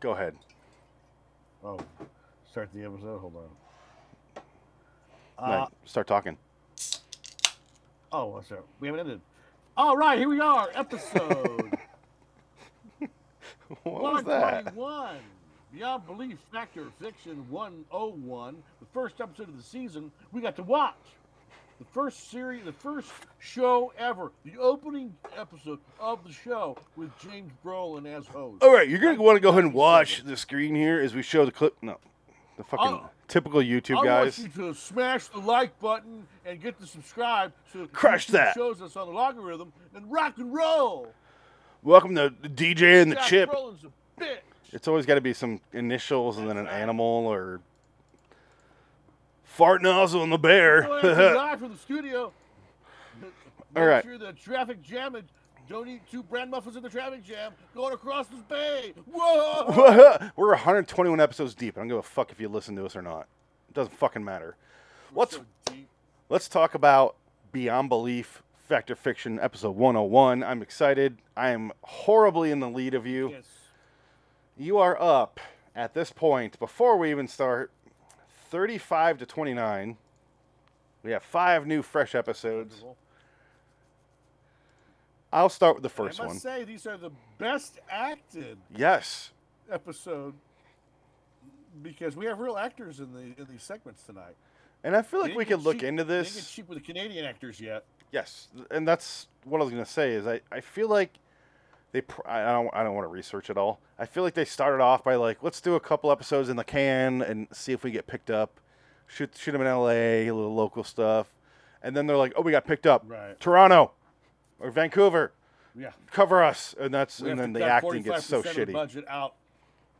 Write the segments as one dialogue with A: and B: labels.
A: Go ahead.
B: Oh, start the episode. Hold on.
A: No,
B: Uh,
A: start talking.
B: Oh, what's up? We haven't ended. All right, here we are. Episode
A: What was that?
B: 121. Beyond Belief Factor Fiction 101. The first episode of the season we got to watch. The first series, the first show ever. The opening episode of the show with James Brolin as host.
A: All right, you're gonna want to go ahead and watch the screen here as we show the clip. No, the fucking
B: Oh.
A: typical YouTube
B: I
A: guys.
B: want you to smash the like button and get to subscribe so
A: Crush
B: YouTube
A: that.
B: shows us on the logarithm and rock and roll.
A: Welcome to DJ and the
B: Josh
A: Chip.
B: Brolin's a bitch.
A: It's always got to be some initials and then an
B: That's right.
A: animal or fart nozzle and the
B: Well, that's
A: bear.
B: live from the studio. Make
A: right.
B: sure the traffic jammage. Don't eat two bran muffins in the traffic jam. Going across this bay. Whoa!
A: We're 121 episodes deep. I don't give a fuck if you listen to us or not. It doesn't fucking matter. Let's
B: So deep.
A: let's talk about Beyond Belief, Fact or Fiction, episode 101. I'm excited. I am horribly in the lead of you.
B: Yes.
A: You are up at this point before we even start 35 to 29. We have five new fresh episodes.
B: Wonderful.
A: I'll start with the
B: I
A: first
B: must
A: one.
B: say these are the best acted
A: Yes.
B: episode because we have real actors in the in these segments tonight.
A: And I feel
B: They
A: like we
B: didn't get
A: could look
B: cheap-
A: into
B: They didn't get
A: this.
B: cheap with the Canadian actors yet.
A: Yes. And that's what I was going to say is I, I feel like they pr- I don't I don't want to research at all. I feel like they started off by like let's do a couple episodes in the can and see if we get picked up. Shoot shoot them in LA, a little local stuff. And then they're like, "Oh, we got picked up.
B: Right.
A: Toronto or Vancouver."
B: Yeah.
A: cover us and that's
B: We
A: and
B: have
A: then
B: to
A: the
B: cut
A: acting gets so
B: 45% of the
A: shitty
B: Budget out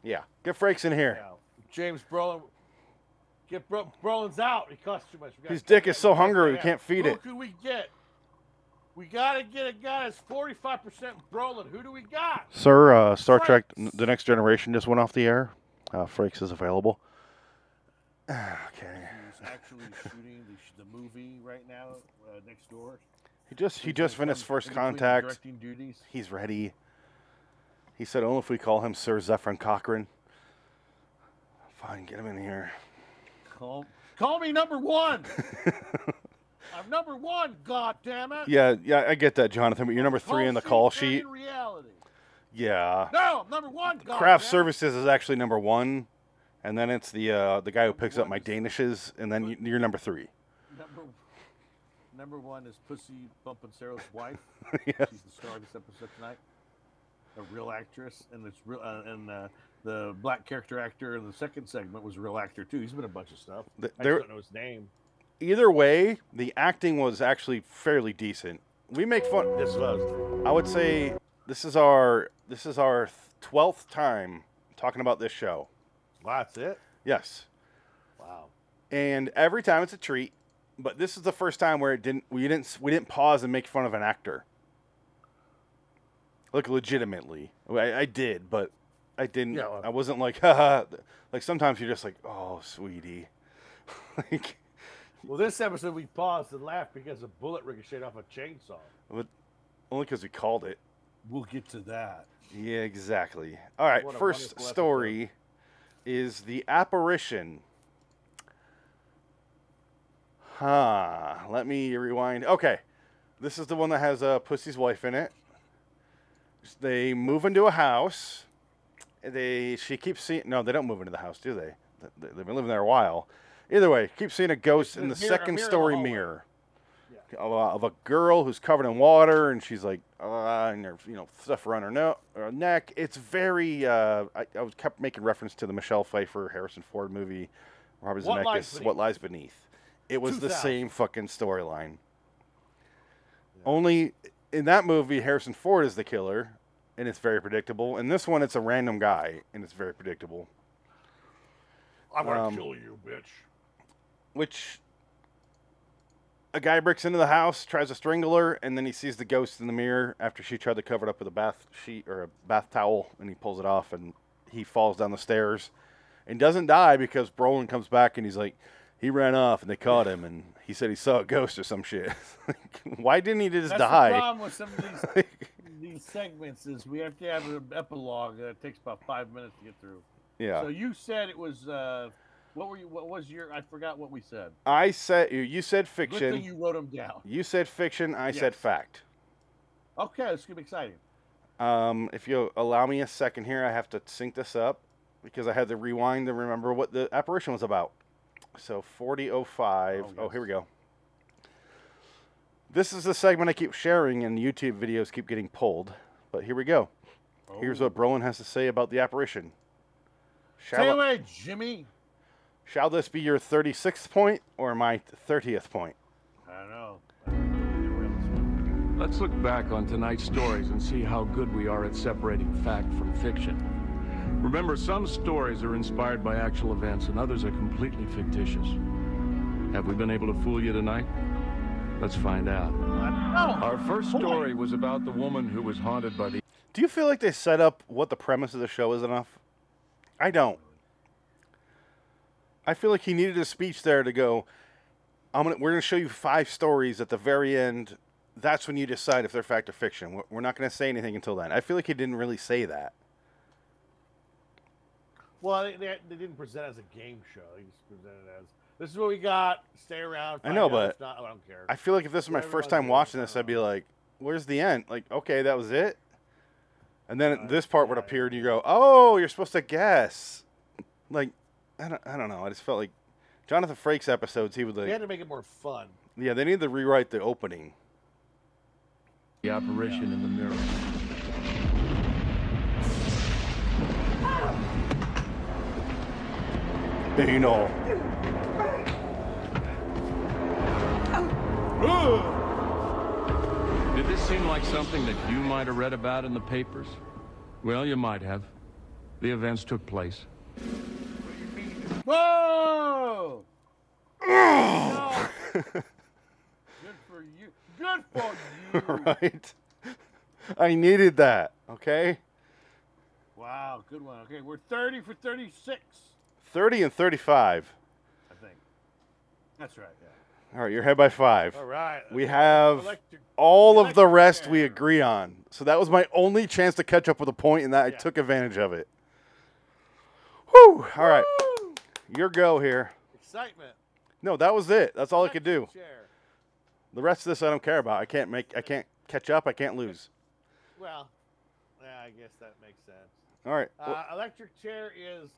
A: yeah get frakes in here
B: now. James Brolin, get Bro- Brolin's out. He costs too much. We gotta
A: His
B: cut
A: dick
B: that
A: is so
B: back
A: hungry, we
B: down.
A: can't feed
B: Who
A: it.
B: Who could we get? We gotta get a guy that's forty-five percent Brolin. Who do we got?
A: sir uh, star trek
B: Frakes.
A: the next generation just went off the air uh, frakes is available okay
B: He's actually shooting the, sh- the movie right now uh, next door.
A: he just he
B: He's
A: just
B: like, um,
A: finished first
B: in between the
A: contact
B: Directing duties.
A: he's ready he said only if we call him sir zephyrin cochrane fine get him in here
B: Call, call me number one. I'm number one. God damn it.
A: yeah yeah i get that jonathan but you're number three in the call
B: sheet, and
A: sheet
B: in reality.
A: yeah
B: No, I'm number one. God
A: craft
B: damn it.
A: services is actually number one and then it's the uh, the guy who picks up my
B: Wonderful.
A: danishes and then you- you're number three
B: Number, number one is Pussy Bumpin' Sarah's wife.
A: Yes.
B: She's the star of this episode tonight. A real actress, and it's real. Uh, and uh, the black character actor in the second segment was a real actor too. He's been in a bunch of stuff.
A: Th-
B: I
A: there-
B: just don't know his name.
A: either way, the acting was actually fairly decent. We make fun.
B: This was
A: I would say this is our this is our twelfth time talking about this show.
B: wow, that's it.
A: Yes,
B: Wow.
A: and every time it's a treat. But this is the first time where it didn't we didn't s- we didn't pause and make fun of an actor. Like legitimately, I, I did, but I didn't.
B: Yeah, well-
A: I wasn't like haha. Like sometimes you're just like, oh sweetie, like.
B: Well, this episode we paused and laughed because a bullet ricocheted off a chainsaw.
A: But only because we called it.
B: We'll get to that.
A: Yeah, exactly. All right,
B: What a
A: first
B: wonderful
A: story is the apparition. Huh. Let me rewind. Okay, this is the one that has uh, Pussy's wife in it. They move into a house. They she keeps seeing. No, they don't move into the house, do they? Th- th- They've been living there a while. Either way, keep seeing a ghost
B: a
A: in the
B: mirror- a
A: second
B: mirror in the
A: story
B: hallway.
A: mirror
B: Yeah.
A: of a, of a girl who's covered in water, and she's like, uh, and her, you know, stuff around her, no- her neck. It's very. Uh, I, I was kept making reference to the Michelle Pfeiffer, Harrison Ford movie, Robert
B: What
A: Zemeckis,
B: Lies Beneath.
A: What Lies Beneath. It was the
B: 2000.
A: same fucking storyline. Only in that movie, Harrison Ford is the killer, and it's very predictable. In this one, it's a random guy, and it's very predictable.
B: I'm gonna
A: Um,
B: kill you, bitch.
A: which a guy breaks into the house, tries to strangle her, and then he sees the ghost in the mirror after she tried to cover it up with a bath sheet or a bath towel, and he pulls it off, and he falls down the stairs, and doesn't die because Brolin comes back and he's like, he ran off and they caught him, and he said he saw a ghost or some shit. Like, Why didn't he just
B: That's the
A: die?
B: problem with some of these these segments is we have to have an epilogue that takes about five minutes to get through.
A: Yeah.
B: So you said it was uh, what were you? What was your? I forgot what we said.
A: I said you- you said
B: Good
A: fiction.
B: thing
A: You...
B: you wrote them down.
A: said fiction. I said
B: Yes.
A: fact.
B: Okay, it's gonna be exciting.
A: Um, if you allow me a second here, I have to sync this up because I had to rewind to remember what the apparition was about. So 4005.
B: Oh,
A: Oh,
B: yes.
A: here we go. This is the segment I keep sharing, and YouTube videos keep getting pulled. But here we go. Here's
B: Oh.
A: what Brolin has to say about the apparition. Shall
B: Stay
A: I-
B: away, Jimmy.
A: Shall this be your 36th point or my 30th point?
B: I don't know. I don't know. Get rid of this one.
C: Let's look back on tonight's stories and see how good we are at separating fact from fiction. Remember, some stories are inspired by actual events and others are completely fictitious. Have we been able to fool you tonight? Let's find out.
B: I
C: Our first story was about the woman who was haunted by the
A: Do you feel like they set up what the premise of the show is enough? I don't. I feel like he needed a speech there to go. I'm gonna. We're gonna show you five stories at the very end. That's when you decide if they're fact or fiction. We're, we're not gonna say anything until then. I feel like he didn't really say that.
D: Well, they, they, they didn't present it as a game show. They just presented it as this is what we got. Stay around.
A: I know,
D: find out.
A: but
D: If not, oh, I don't care.
A: I feel like if this was my
D: Whatever
A: first
D: was
A: time
D: it,
A: watching
D: I
A: this,
D: don't
A: I'd be
D: know.
A: like, "Where's the end? Like, okay, that was it." And then
D: Uh,
A: this part would
D: yeah,
A: appear, and you go, "Oh, you're supposed to guess." Like, I don't, I don't know. I just felt like Jonathan Frakes episodes. He would like,
D: they
A: yeah,
D: had to make it more fun.
A: they needed to rewrite the opening.
C: the apparition in the mirror.
A: You know,
C: Did this seem like something that you might have read about in the papers? Well, you might have. The events took place.
B: Whoa! No. Good for you. Good for you.
A: right? I needed that. Okay,
B: Wow, good one. Okay, we're 30 for 36,
A: thirty and thirty-five.
B: I think. That's right. Yeah.
A: All right, you're ahead by five.
D: All right.
A: We
D: okay.
A: have
D: Electric-
A: all of the rest we
D: Electric chair.
A: agree on. So that was my only chance to catch up with a point, and that I
D: Yeah.
A: took advantage of it. Whew! All right,
D: Woo!
A: your go here.
D: Excitement.
A: No, that was it. That's all I could do.
D: Electric chair.
A: The rest of this I don't care about. I can't make. I can't catch up. I can't lose.
D: Well, yeah, I guess that makes sense.
A: All right.
D: Uh,
A: well,
D: electric chair is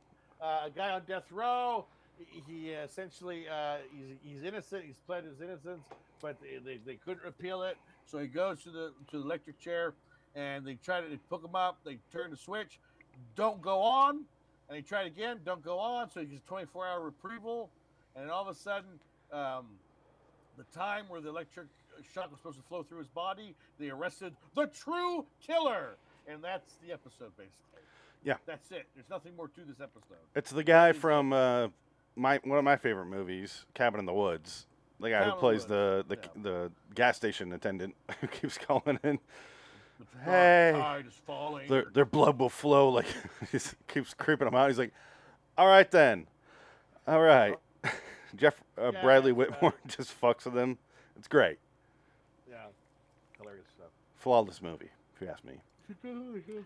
D: uh, a guy on death row. He- He uh, essentially uh, he's, he's innocent. He's pled his innocence, but they, they, they couldn't repeal it. So he goes to the to the electric chair, and they try to they hook him up. They turn the switch, don't go on, and they try it again, don't go on. So he gets 24 hour reprieval, and then all of a sudden, um, the time where the electric shock was supposed to flow through his body, they arrested the true killer, and that's the episode basically.
A: Yeah.
D: that's it. There's nothing more to this episode.
A: it's the guy from uh, my one of my favorite movies, Cabin in the Woods. The guy
D: Cabin in
A: who
D: the
A: plays
D: Woods,
A: the the,
D: yeah.
A: the gas station attendant who keeps calling in.
D: The dark
A: Hey.
D: tide is falling.
A: their, their blood will flow like just keeps creeping him out. He's like, all right then, all right. Jeff uh,
D: Yeah,
A: Bradley
D: that's
A: Whitmore just fucks with him. It's great,
D: yeah, hilarious stuff.
A: flawless movie if you ask me.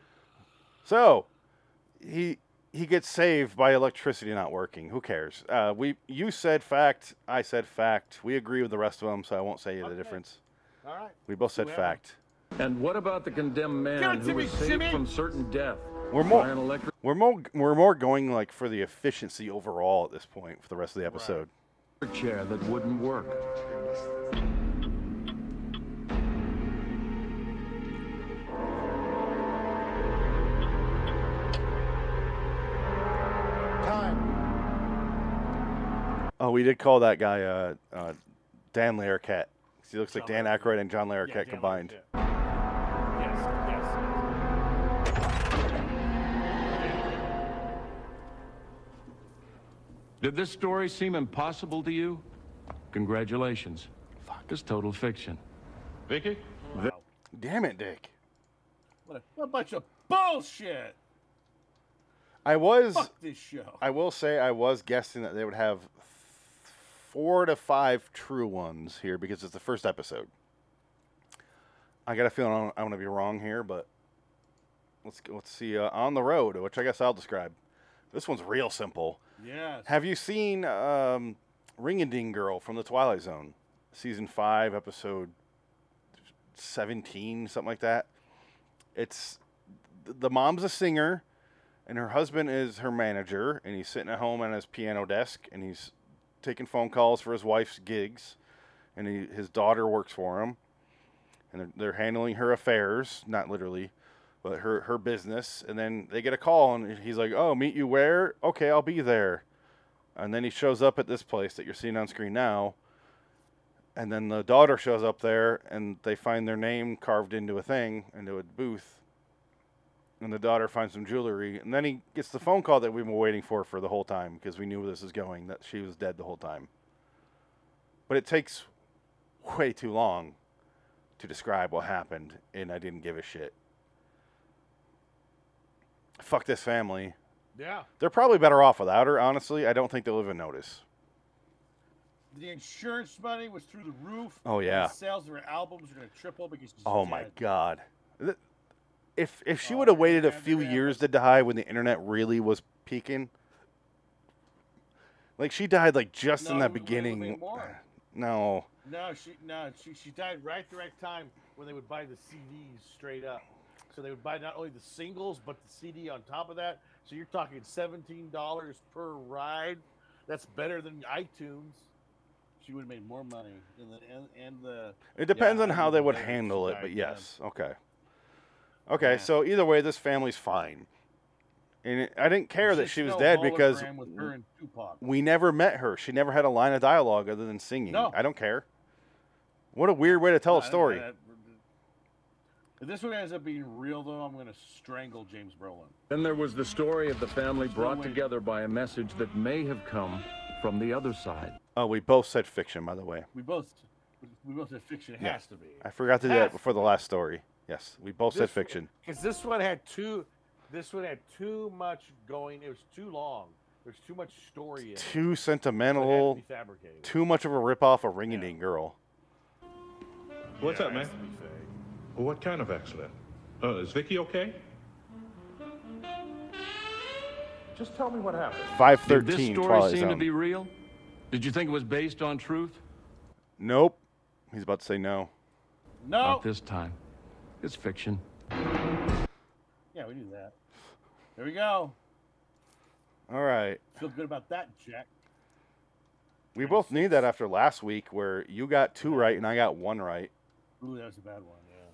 A: So he he gets saved by electricity not working. Who cares? Uh, we you said fact, I said fact. We agree with the rest of them, so I won't say the
D: Okay.
A: difference.
D: All right.
A: We both said
D: Whoever.
A: fact.
C: And what about the condemned
B: Give
C: man
B: it to
C: who
B: me,
C: was saved
B: Jimmy.
C: from certain death?
A: We're more-
C: by an electric
A: We're more we're more going like for the efficiency overall at this point for the rest of the episode.
C: chair that wouldn't work.
A: Oh, we did call that guy uh, uh, Dan Larroquette. 'Cause He looks like Dan Aykroyd and John Larroquette
D: Yeah, Dan
A: combined.
D: Levy, yeah. Yes, yes, yes.
C: Did this story seem impossible to you? Congratulations. Fuck. It's total fiction.
E: Vicky?
A: Damn it, Dick.
B: What a, what a bunch of bullshit.
A: I was,
B: Fuck this show.
A: I will say, I was guessing that they would have four to five true ones here because it's the first episode. I got a feeling I'm, I'm going to be wrong here, but let's let's see. Uh, on the road, which I guess I'll describe. This one's real simple.
B: Yes.
A: Have you seen um, Ring and Ding Girl from the Twilight Zone, season five, episode seventeen, something like that? It's th- the mom's a singer, and her husband is her manager, and he's sitting at home at his piano desk, and he's taking phone calls for his wife's gigs, and he, his daughter works for him, and they're, they're handling her affairs, not literally, but her her business. And then they get a call, and he's like, "Oh, meet you where? Okay, I'll be there." And then he shows up at this place that you're seeing on screen now. And then the daughter shows up there, and they find their name carved into a thing, into a booth. And the daughter finds some jewelry, and then he gets the phone call that we've been waiting for for the whole time because we knew where this was going. That she was dead the whole time. But it takes way too long to describe what happened, and I didn't give a shit. Fuck this family.
D: Yeah.
A: They're probably better off without her, honestly. I don't think they'll even notice.
B: The insurance money was through the roof.
A: Oh, yeah.
B: The sales of her albums are going to triple because she's
A: Oh my
B: dead.
A: god. Th- If if she
B: Oh,
A: would have waited a
B: yeah,
A: few
B: yeah.
A: years to die when the internet really was peaking, like she died like just in
B: No,
A: that
B: we would've made
A: beginning.
B: more.
A: No,
D: No, she no, she, she died right at the right time when they would buy the CDs straight up. So they would buy not only the singles but the CD on top of that. So you're talking seventeen dollars per ride. That's better than iTunes.
B: She would have made more money. In the, and, and the
A: it depends
B: I
A: on how
B: would've
A: they would
B: waited till she
A: handle it,
B: died
A: but
B: then.
A: yes, okay, okay.
B: Yeah.
A: So either way, this family's fine, and it, I didn't care that
B: Just
A: she was
B: no
A: dead because Mm,
B: hologram With her and Tupac.
A: we never met her. She never had a line of dialogue other than singing.
B: No.
A: I don't care. What a weird way to tell a
B: I- I-
A: story.
B: I- if this one ends up being real, though, I'm going to strangle James Brolin.
C: Then there was the story of the family
B: no
C: brought
B: way.
C: together by a message that may have come from the other side.
A: Oh, we both said fiction, by the way.
B: We both, we both said fiction. It
A: Yeah.
B: has to be.
A: I forgot to do
D: Half.
A: that before the last story. Yes, we both said
D: This-
A: fiction.
D: Because this one had too this one had too much going. It was too long. There's too much story in it. so
A: Too
D: it had to
A: sentimental,
D: be fabricated.
A: too much of a ripoff of Ring and Ding Girl.
E: What's
B: Yeah,
E: up,
B: it
E: man?
B: has to be fake.
E: What kind of accident? Uh, is Vicky okay? Just tell me what happened.
C: Did this
A: 513
C: story
A: Twilight
C: seem to
A: Zone.
C: be real? Did you think it was based on truth?
A: Nope. He's about to say no.
B: No.
C: Not this time. It's fiction.
B: Yeah, we knew that. There we go.
A: All right.
B: Feel good about that, Jack.
A: We both knew that after last week where you got two right and I got one right.
B: Ooh, that was a bad one.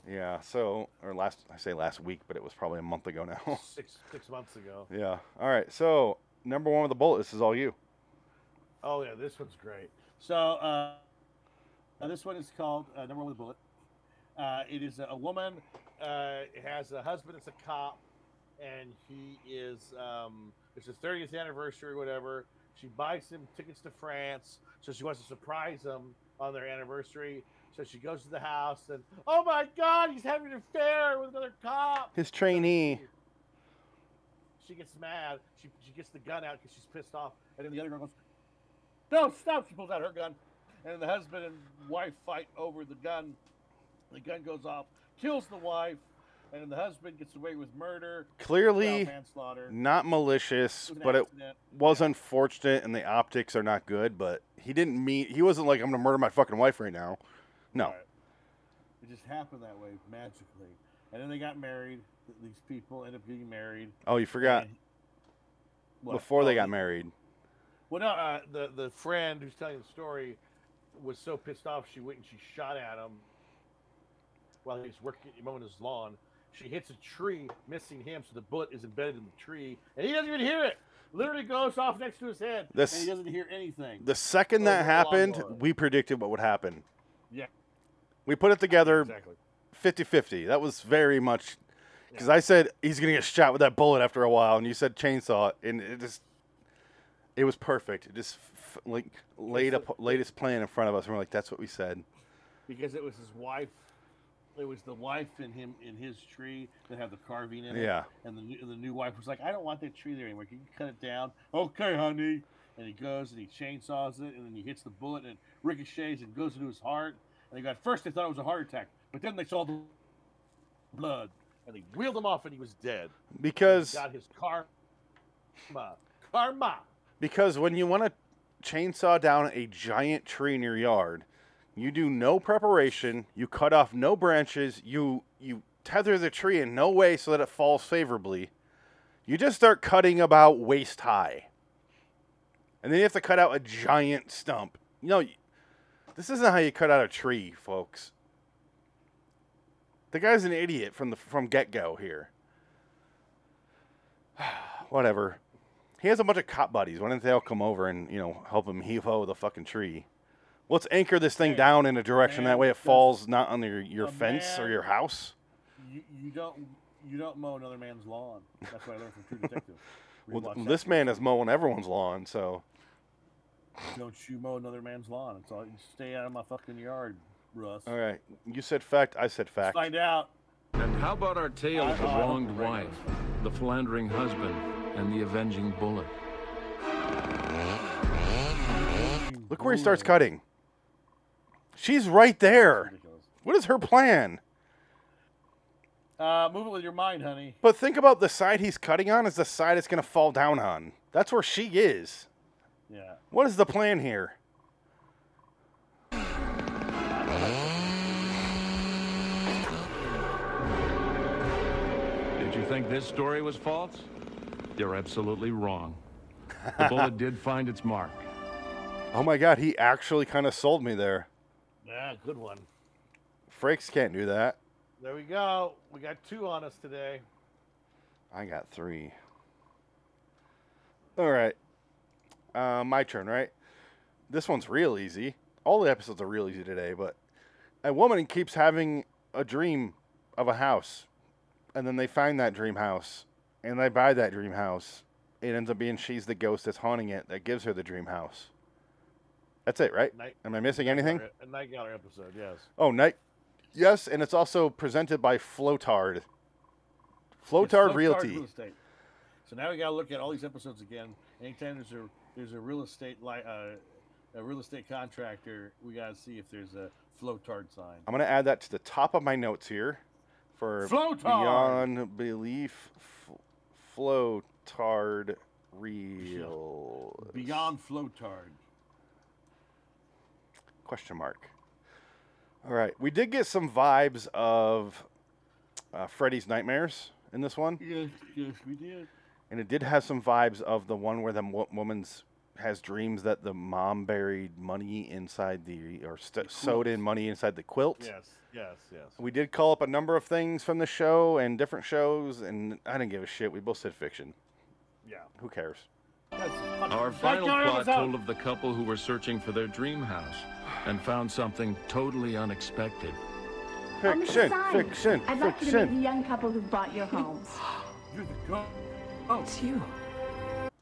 B: Yeah.
A: Yeah, so, or last, I say last week, but it was probably a month ago now.
D: Six six months ago.
A: yeah. All right. So, number one with the bullet. This is all you.
D: Oh yeah, this one's great.
B: So uh, uh, this one is called uh, Number One with a Bullet. Uh, it is a, a woman
D: uh, has a husband that's a cop, and he is um, it's his 30th anniversary or whatever. She buys him tickets to France, so she wants to surprise him on their anniversary. So she goes to the house, and oh my God, he's having an affair with another cop.
A: His trainee.
D: She gets mad. She, she gets the gun out because she's pissed off.
B: and then the other girl goes, "No, stop!" She pulls out her gun, and the husband and wife fight over the gun. The gun goes off, kills the wife, and then the husband gets away with murder, child
A: Clearly
B: manslaughter.
A: not malicious,
B: was an
A: but it
B: accident.
A: was unfortunate and the optics are not good, but he didn't mean he wasn't like I'm gonna murder my fucking wife right now. No.
B: Right. It just happened that way magically, and then they got married. th- These people end up getting married.
A: Oh, you forgot
B: and- What?
A: before they
B: Oh,
A: got married.
D: Well, no, uh, the the friend who's telling the story was so pissed off she went and she shot at him while he was working mowing his lawn. She hits a tree, missing him, so the bullet is embedded in the tree, and he doesn't even hear it. Literally goes off next to his head.
B: And he
A: This
B: doesn't hear anything.
A: the second
B: Oh,
A: that happened,
B: lawnmower.
A: we predicted what would happen.
B: Yeah.
A: We put it together
B: Exactly.
A: 50-50. That was very much because I said he's gonna get shot with that bullet after a while, and you said chainsaw, and it just it was perfect. It just f- like laid up laid his plan in front of us, and we're like, "That's what we said."
B: because it was his wife. It was the wife in him in his tree that had the carving in it.
A: Yeah.
B: And the new, the new wife was like, "I don't want that tree there anymore. Can you cut it down?" Okay, honey. And he goes and he chainsaws it, and then he hits the bullet and it ricochets and goes into his heart. And they got first they thought it was a heart attack, but then they saw the blood.
D: and they wheeled him off, and he was dead.
A: Because
D: Got his karma. Karma.
A: because when you want to chainsaw down a giant tree in your yard, you do no preparation, you cut off no branches, you you tether the tree in no way so that it falls favorably. You just start cutting about waist high. And then you have to cut out a giant stump. You know, this isn't how you cut out a tree, folks. The guy's an idiot from the from get-go here. Whatever. He has a bunch of cop buddies. Why didn't they all come over and you know help him heave ho the fucking tree? Let's anchor this thing down in a direction
B: man,
A: that way it
B: just
A: falls not under your, your
B: a
A: fence or
B: man-
A: your house.
B: You, you don't you don't mow another man's lawn. That's what I learned from True Detective.
A: Well,
B: Rewatch that
A: this
B: shit.
A: man is mowing everyone's lawn, so
B: Don't you mow another man's lawn. It's all you stay out of my fucking yard, Russ.
A: all right. You said fact, I said fact.
B: Find out.
C: And how about our tale of the
B: I- I don't
C: wronged
B: remember
C: wife, the philandering husband, and the avenging bullet?
A: Look where he starts cutting. She's right there.
B: Ridiculous.
A: What is her plan?
B: Uh, move it with your mind, honey.
A: But think about the side he's cutting on is the side it's going to fall down on. That's where she is.
B: Yeah.
A: What is the plan here?
C: Did you think this story was false? You're absolutely wrong. The bullet did find its mark.
A: Oh my god, he actually kind of sold me there.
D: Yeah, good one.
A: Frakes can't do that.
D: There we go. We got two on us today.
A: I got three. All right. Uh, my turn, right? This one's real easy. All the episodes are real easy today, but a woman keeps having a dream of a house, and then they find that dream house, and they buy that dream house. It ends up being she's the ghost that's haunting it that gives her the dream house. That's it, right?
D: Night-
A: Am I missing anything?
D: A Night Gallery episode, yes.
A: Oh, night. Yes, and it's also presented by Flotard. Flotard
B: Flotard
A: Realty.
B: Real estate. So now we got to look at all these episodes again. Anytime there's a there's a real estate li- uh, a real estate contractor, we got to see if there's a flotard sign.
A: I'm gonna add that to the top of my notes here for
B: Flotard!
A: beyond belief, f- flotard real
B: Beyond flotard.
A: question mark. All right, we did get some vibes of uh, Freddy's Nightmares in this one,
B: Yes, yes, we did.
A: and it did have some vibes of the one where the wo- woman's has dreams that the mom buried money inside the or st- sewed in money inside the quilt.
D: Yes, yes, yes.
A: We did call up a number of things from the show and different shows, and I didn't give a shit. We both said fiction.
D: Yeah.
A: Who cares?
B: That's
C: Our final plot told of the couple who were searching for their dream house and found something totally unexpected.
F: Oh, Mr.
A: Fiction,
F: Syme,
A: fiction,
F: I'd like you to meet
A: fiction.
F: the young couple who bought your homes.
B: You're the go- oh,
G: you.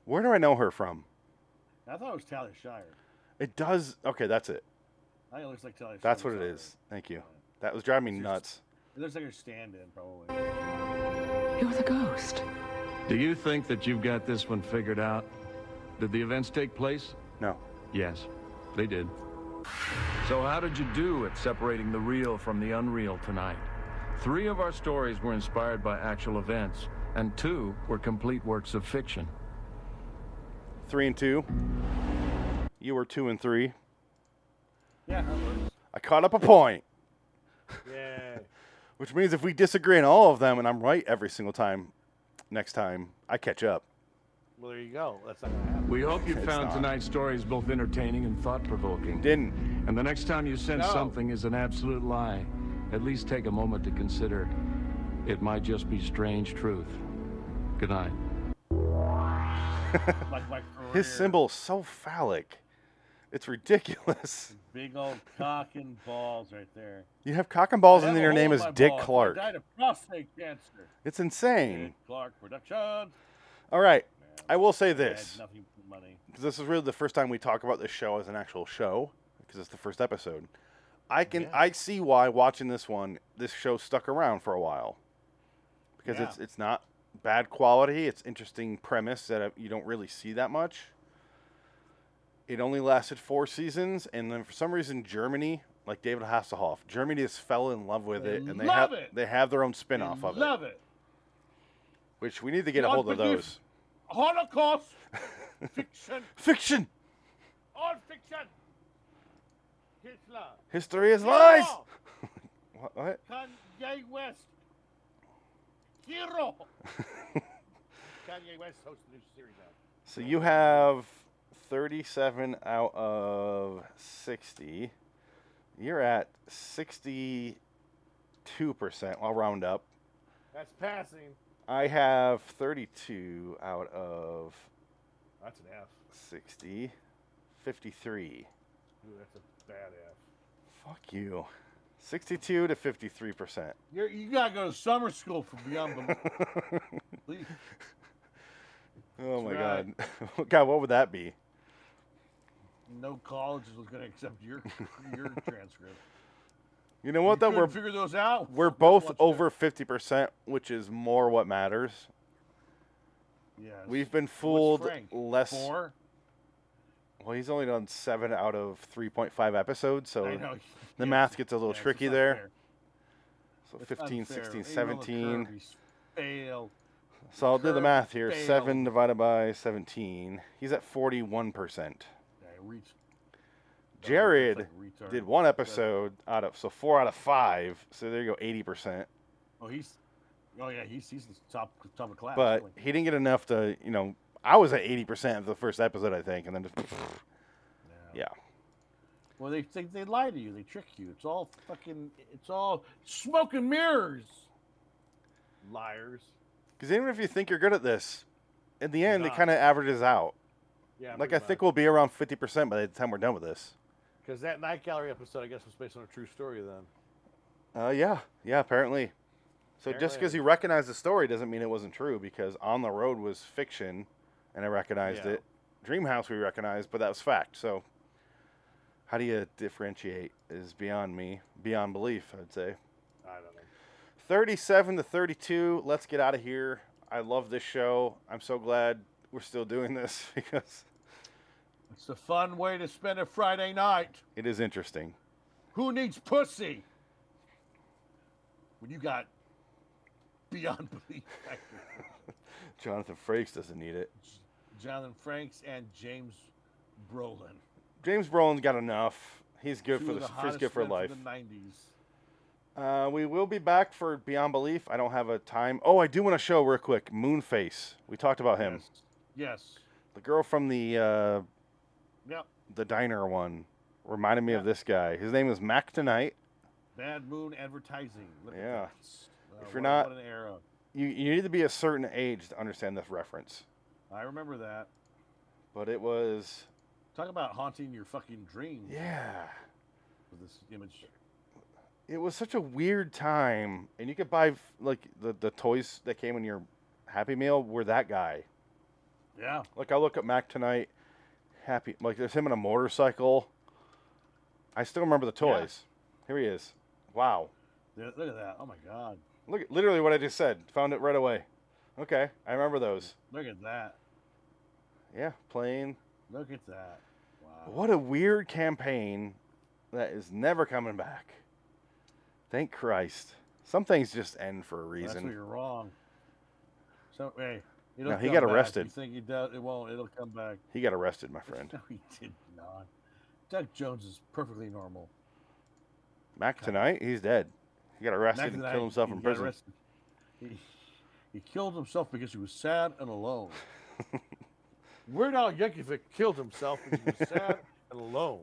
A: Where do I know her from?
B: I thought it was Talia Shire.
A: It does. Okay, that's it.
B: I think it looks like Talia Shire.
A: That's what
B: was
A: it
B: on
A: is. Thank you. That was driving me nuts.
B: there. It looks like her stand-in, probably.
G: You're the ghost.
C: Do you think that you've got this one figured out? Did the events take place?
A: No.
C: Yes, they did. So, how did you do at separating the real from the unreal tonight? Three of our stories were inspired by actual events, and two were complete works of fiction.
A: Three and two. You were two and three.
B: Yeah, that works.
A: I caught up a point,
D: Yeah.
A: which means if we disagree on all of them and I'm right every single time, next time I catch up.
D: Well, there you go. That's not going to happen.
C: We hope you
A: It's
C: found
A: not.
C: tonight's stories both entertaining and thought provoking.
A: Didn't.
C: And the next time you sense
D: No.
C: something is an absolute lie, at least take a moment to consider it might just be strange truth. Good night.
B: Like my career.
A: His symbol's so phallic. It's ridiculous.
B: Big old cock and balls right there.
A: You have cock and balls,
B: I
A: and then
B: have a
A: your
B: hole
A: name
B: in
A: is
B: my
A: Dick
B: balls. I
A: Clark. Mm.
B: died of prostate cancer.
A: It's insane.
B: Dick Clark Productions.
A: All right. I will say
B: I had
A: this
B: nothing but money.
A: 'cause this is really the first time we talk about this show as an actual show because it's the first episode. I can I see why watching this one this show stuck around for a while because
B: Yeah.
A: it's it's not bad quality. It's interesting premise that uh, you don't really see that much. It only lasted four seasons, and then for some reason Germany like David Hasselhoff. Germany just fell in love with it,
B: They
A: and they
B: love
A: have
B: it.
A: they have their own spin off of it,
B: Love it.
A: which we need to get a
B: Love
A: hold of
B: belief.
A: those.
B: Holocaust fiction.
A: Fiction,
B: All fiction. Hitler.
A: history is lies.
B: Hero.
A: What? what?
B: Kanye West. Hero. Kanye West hosts a new series now.
A: So you have 37 out of 60. You're at 62%. I'll round up.
D: That's passing.
A: I have 32 out of
D: That's an F.
A: 60. 53.
D: Ooh, that's a bad F.
A: Fuck you. 62 to 53%.
B: You're, you gotta go to summer school for Beyond Belief.
A: oh my
D: right.
A: god. god, what would that be?
B: No college is gonna accept your your transcript.
A: You know what
B: You
A: though?
B: couldn't
A: We're
B: figure those out.
A: we're
B: Fuck,
A: both
B: watch that.
A: over 50%, which is more what matters.
B: Yes.
A: We've been fooled
B: Frank?
A: less
B: Four.
A: Well, he's only done seven out of 3.5 episodes, so
B: I know.
A: the
B: Yeah,
A: math gets a
B: yeah,
A: little
B: it's
A: tricky
B: not
A: there.
B: fair.
A: So
B: It's
A: 15,
B: unfair.
A: 16,
B: Even though the
A: 17.
B: Kirby's Fail.
A: So I'll do the
B: curve
A: math here.
B: failed.
A: 7 divided by 17. He's at 41%.
B: I reached.
A: Jared
B: Oh, like retard.
A: did one episode out of, so 4 out of 5. So there you go, 80%.
B: Oh, he's. Oh yeah, he's he's the top top of class.
A: But
B: really.
A: he didn't get enough to, you know, I was at 80% of the first episode, I think, and then just, yeah.
B: Well, they think they lie to you. They trick you. It's all fucking. It's all smoke and mirrors.
D: Liars.
A: Because even if you think you're good at this, in the end, it
D: not.
A: kind of averages out.
D: Yeah.
A: Like, I think we'll be around 50% by the time we're done with this.
D: because that night gallery episode, I guess, was based on a true story. Then.
A: Uh, yeah, yeah, apparently. So just
D: Apparently.
A: because you recognize the story doesn't mean it wasn't true. Because On the Road was fiction, and I recognized
D: Yeah.
A: it. Dreamhouse we recognized, but that was fact. So how do you differentiate is beyond me, beyond belief. I'd say
D: I don't know.
A: thirty-seven to thirty-two. Let's get out of here. I love this show. I'm so glad we're still doing this because
B: It's a fun way to spend a Friday night.
A: it is interesting.
B: Who needs pussy? When you got beyond belief actors,
A: Jonathan Frakes doesn't need it.
B: Jonathan Franks and James Brolin.
A: James Brolin's got enough. He's good
B: two
A: for the,
B: of the
A: he's
B: hottest
A: good for
B: men
A: life.
B: from the 90s.
A: Uh, we will be back for Beyond Belief. I don't have a time. Oh, I do want to show real quick Moonface. We talked about him.
B: Yes. Yes.
A: The girl from the uh,
B: Yep.
A: the diner one reminded me of this guy. His name is Mac Tonight.
B: Bad Moon Advertising. Look at
A: Yeah.
B: that. Uh,
A: If
B: what,
A: you're not-
B: what an era.
A: You, you need to be a certain age to understand this reference.
B: I remember that.
A: But it was
B: Talk about haunting your fucking dreams
A: yeah.
B: with this image.
A: It was such a weird time, and you could buy like the the toys that came in your Happy Meal were that guy.
B: Yeah.
A: Like I look at Mac Tonight, Happy. Like there's him in a motorcycle. I still remember the
B: Yeah.
A: toys. Here he is. Wow.
B: There- Look at that. Oh my God.
A: Look, at- literally what I just said. Found it right away. Okay, I remember those.
B: Look at that.
A: Yeah, plain.
B: Look at that. Wow.
A: What a weird campaign that is never coming back. Thank Christ. Some things just end for a
B: That's where
A: reason.
B: you're wrong. So hey, it'll
A: No, he
B: come
A: got
B: back.
A: arrested.
B: You think he does? It won't. It'll come back.
A: He got arrested, my friend.
B: No, he did not. Doug Jones is perfectly normal.
A: Mac tonight, he's dead. He got arrested
B: Back
A: and
B: then,
A: killed himself
B: he
A: in
B: got
A: prison.
B: arrested. He, he killed himself because he was sad and alone.
D: Weird Al Yankovic killed himself when he was sad and alone.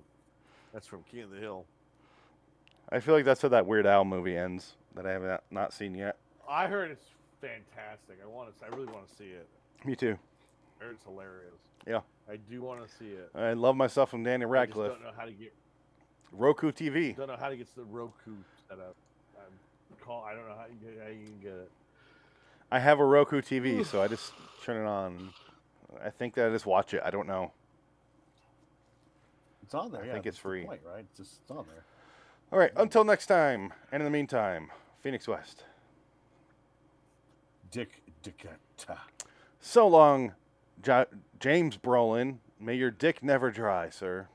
D: That's from King of the Hill.
A: I feel like that's how that Weird Al movie ends that I have not, not seen yet.
D: I heard it's fantastic. I want to. I really want to see it.
A: Me too.
D: I heard it's hilarious.
A: Yeah.
D: I do want to see it.
A: I love myself from Danny
D: I
A: Radcliffe.
D: just don't know how to get.
A: Roku TV.
D: Don't know how to get the Roku set up. I'm call. I don't know how you, get- how you can get it.
A: I have a Roku TV, so I just turn it on. I think that I just watch it. I don't know.
B: It's on there.
A: I
B: yeah,
A: think it's
B: that's the
A: free.
B: Point, right? It's just it's on there.
A: All right, until next time. And in the meantime, Phoenix West.
B: Dick Dicata.
A: So long, jo- James Brolin. May your dick never dry, sir.